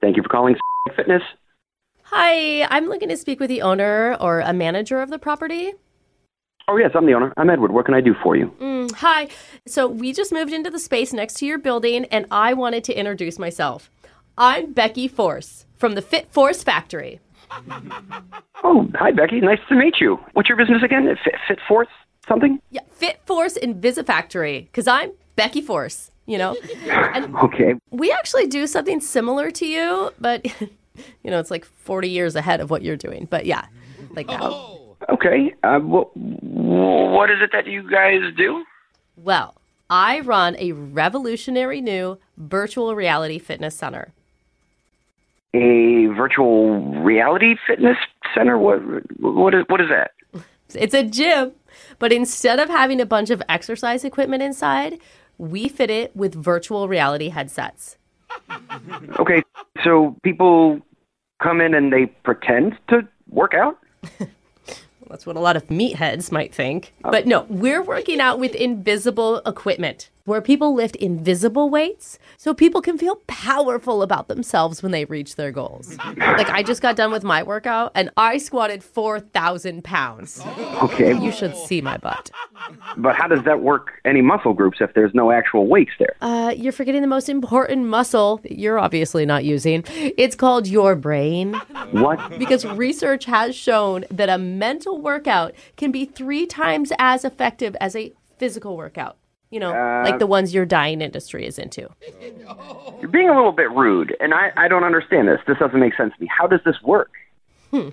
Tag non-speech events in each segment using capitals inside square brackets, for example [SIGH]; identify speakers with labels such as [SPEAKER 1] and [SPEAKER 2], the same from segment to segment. [SPEAKER 1] Thank you for calling Fitness.
[SPEAKER 2] Hi, I'm looking to speak with the owner or a manager of the property.
[SPEAKER 1] Oh, yes, I'm the owner. I'm Edward. What can I do for you?
[SPEAKER 2] Mm, hi. So, we just moved into the space next to your building, and I wanted to introduce myself. I'm Becky Force from the Fit Force Factory.
[SPEAKER 1] Oh, hi, Becky. Nice to meet you. What's your business again? Fit, fit Force something?
[SPEAKER 2] Yeah, Fit Force and Visifactory, because I'm Becky Force, you [LAUGHS] know? And
[SPEAKER 1] Okay.
[SPEAKER 2] we actually do something similar to you, but, [LAUGHS] you know, it's like 40 years ahead of what you're doing. But yeah, like that.
[SPEAKER 1] Okay. Uh, wh- what is it that you guys do?
[SPEAKER 2] Well, I run a revolutionary new virtual reality fitness center.
[SPEAKER 1] A virtual reality fitness center? What, what, is, what is that?
[SPEAKER 2] It's a gym, but instead of having a bunch of exercise equipment inside, we fit it with virtual reality headsets.
[SPEAKER 1] Okay, so people come in and they pretend to work out?
[SPEAKER 2] That's what a lot of meatheads might think. But no, we're working out with invisible equipment where people lift invisible weights so people can feel powerful about themselves when they reach their goals. Like, I just got done with my workout and I squatted 4,000 pounds.
[SPEAKER 1] Okay,
[SPEAKER 2] You should see my butt.
[SPEAKER 1] but how does that work any muscle groups if there's no actual weights there?
[SPEAKER 2] Uh, you're forgetting the most important muscle that you're obviously not using. It's called your brain.
[SPEAKER 1] What?
[SPEAKER 2] Because research has shown that a mental workout can be three times as effective as a physical workout. You know, like the ones your dying industry is into.
[SPEAKER 1] You're being a little bit rude, and I, I don't understand this. This doesn't make sense to me. How does this work?
[SPEAKER 2] This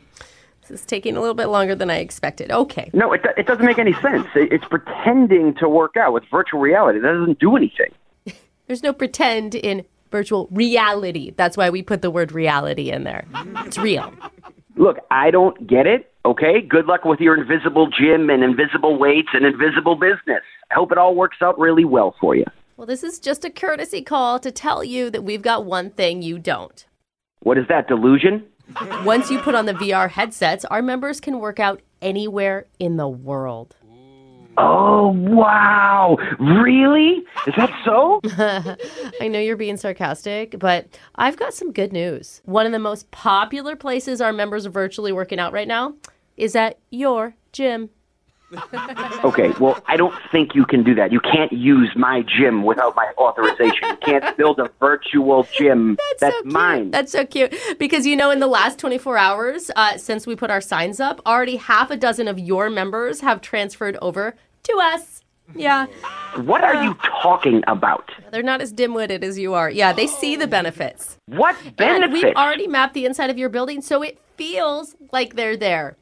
[SPEAKER 2] is taking a little bit longer than I expected. Okay.
[SPEAKER 1] No, it, do- it doesn't make any sense. It, it's pretending to work out with virtual reality. That doesn't do anything.
[SPEAKER 2] There's no pretend in virtual reality. That's why we put the word reality in there. It's real.
[SPEAKER 1] Look, I don't get it. Okay, good luck with your invisible gym and invisible weights and invisible business. I hope it all works out really well for you.
[SPEAKER 2] Well, this is just a courtesy call to tell you that we've got one thing you don't.
[SPEAKER 1] What is that, delusion?
[SPEAKER 2] Once you put on the VR headsets, our members can work out anywhere in the world.
[SPEAKER 1] Oh, wow. Really? Is that so?
[SPEAKER 2] I know you're being sarcastic, but I've got some good news. One of the most popular places our members are virtually working out right now is at your gym.
[SPEAKER 1] Okay, well, I don't think you can do that. You can't use my gym without my authorization. You can't
[SPEAKER 2] [LAUGHS]
[SPEAKER 1] build a virtual gym that's,
[SPEAKER 2] so cute.
[SPEAKER 1] mine.
[SPEAKER 2] That's so cute. Because you know, in the last 24 hours uh, since we put our signs up, already half a dozen of your members have transferred over to us. Yeah.
[SPEAKER 1] what are you
[SPEAKER 2] uh,
[SPEAKER 1] talking about?
[SPEAKER 2] They're not as dim witted as you are. Yeah, they see the benefits.
[SPEAKER 1] What
[SPEAKER 2] And we've
[SPEAKER 1] benefit?
[SPEAKER 2] already mapped the inside of your building, so it feels like they're there.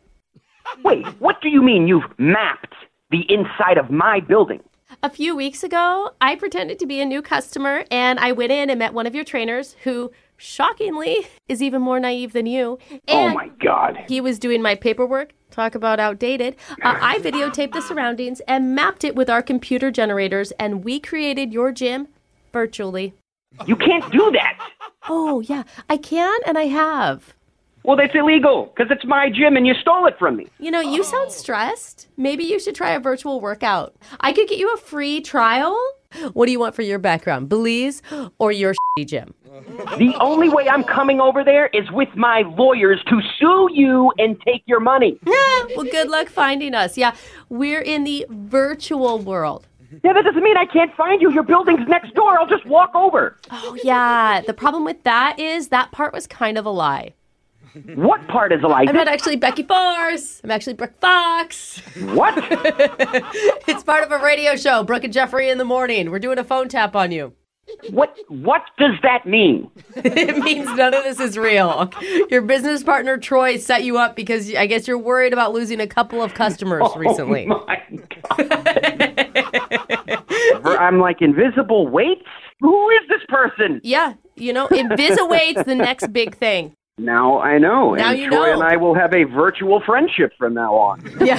[SPEAKER 1] Wait, what do you mean you've mapped the inside of my building?
[SPEAKER 2] A few weeks ago, I pretended to be a new customer and I went in and met one of your trainers who, shockingly, is even more naive than you.
[SPEAKER 1] Oh,
[SPEAKER 2] And
[SPEAKER 1] my God.
[SPEAKER 2] he was doing my paperwork. Talk about outdated. Uh, I videotaped the surroundings and mapped it with our computer generators, and we created your gym virtually.
[SPEAKER 1] You can't do that.
[SPEAKER 2] Oh, yeah, I can and I have.
[SPEAKER 1] Well, that's illegal because it's my gym and you stole it from me.
[SPEAKER 2] You know, you
[SPEAKER 1] Oh.
[SPEAKER 2] sound stressed. Maybe you should try a virtual workout. I could get you a free trial. What do you want for your background? Belize or your shitty gym?
[SPEAKER 1] The only way I'm coming over there is with my lawyers to sue you and take your
[SPEAKER 2] [LAUGHS]
[SPEAKER 1] money.
[SPEAKER 2] Ah, well, good luck finding us. Yeah, we're in the virtual world.
[SPEAKER 1] Yeah, that doesn't mean I can't find you. Your building's next door. I'll just walk over.
[SPEAKER 2] Oh, [LAUGHS] yeah. The problem with that is that part was kind of a lie.
[SPEAKER 1] What part is a lie?
[SPEAKER 2] I'm not actually Becky Force. I'm actually Brooke Fox. [LAUGHS]
[SPEAKER 1] What?
[SPEAKER 2] It's part of a radio show, Brooke and Jeffrey in the morning. We're doing a phone tap on you. [LAUGHS]
[SPEAKER 1] What? What does that mean?
[SPEAKER 2] It means none of this is real. [LAUGHS] Your business partner Troy set you up because I guess you're worried about losing a couple of customers [LAUGHS] recently.
[SPEAKER 1] Oh my God. [LAUGHS] I'm like invisible weights. Who is this person?
[SPEAKER 2] Yeah, you know, Invisiwait's the next big [LAUGHS] thing.
[SPEAKER 1] Now I know.
[SPEAKER 2] Now
[SPEAKER 1] and
[SPEAKER 2] you
[SPEAKER 1] Troy
[SPEAKER 2] know.
[SPEAKER 1] and I will have a virtual friendship from now on.
[SPEAKER 2] Yeah.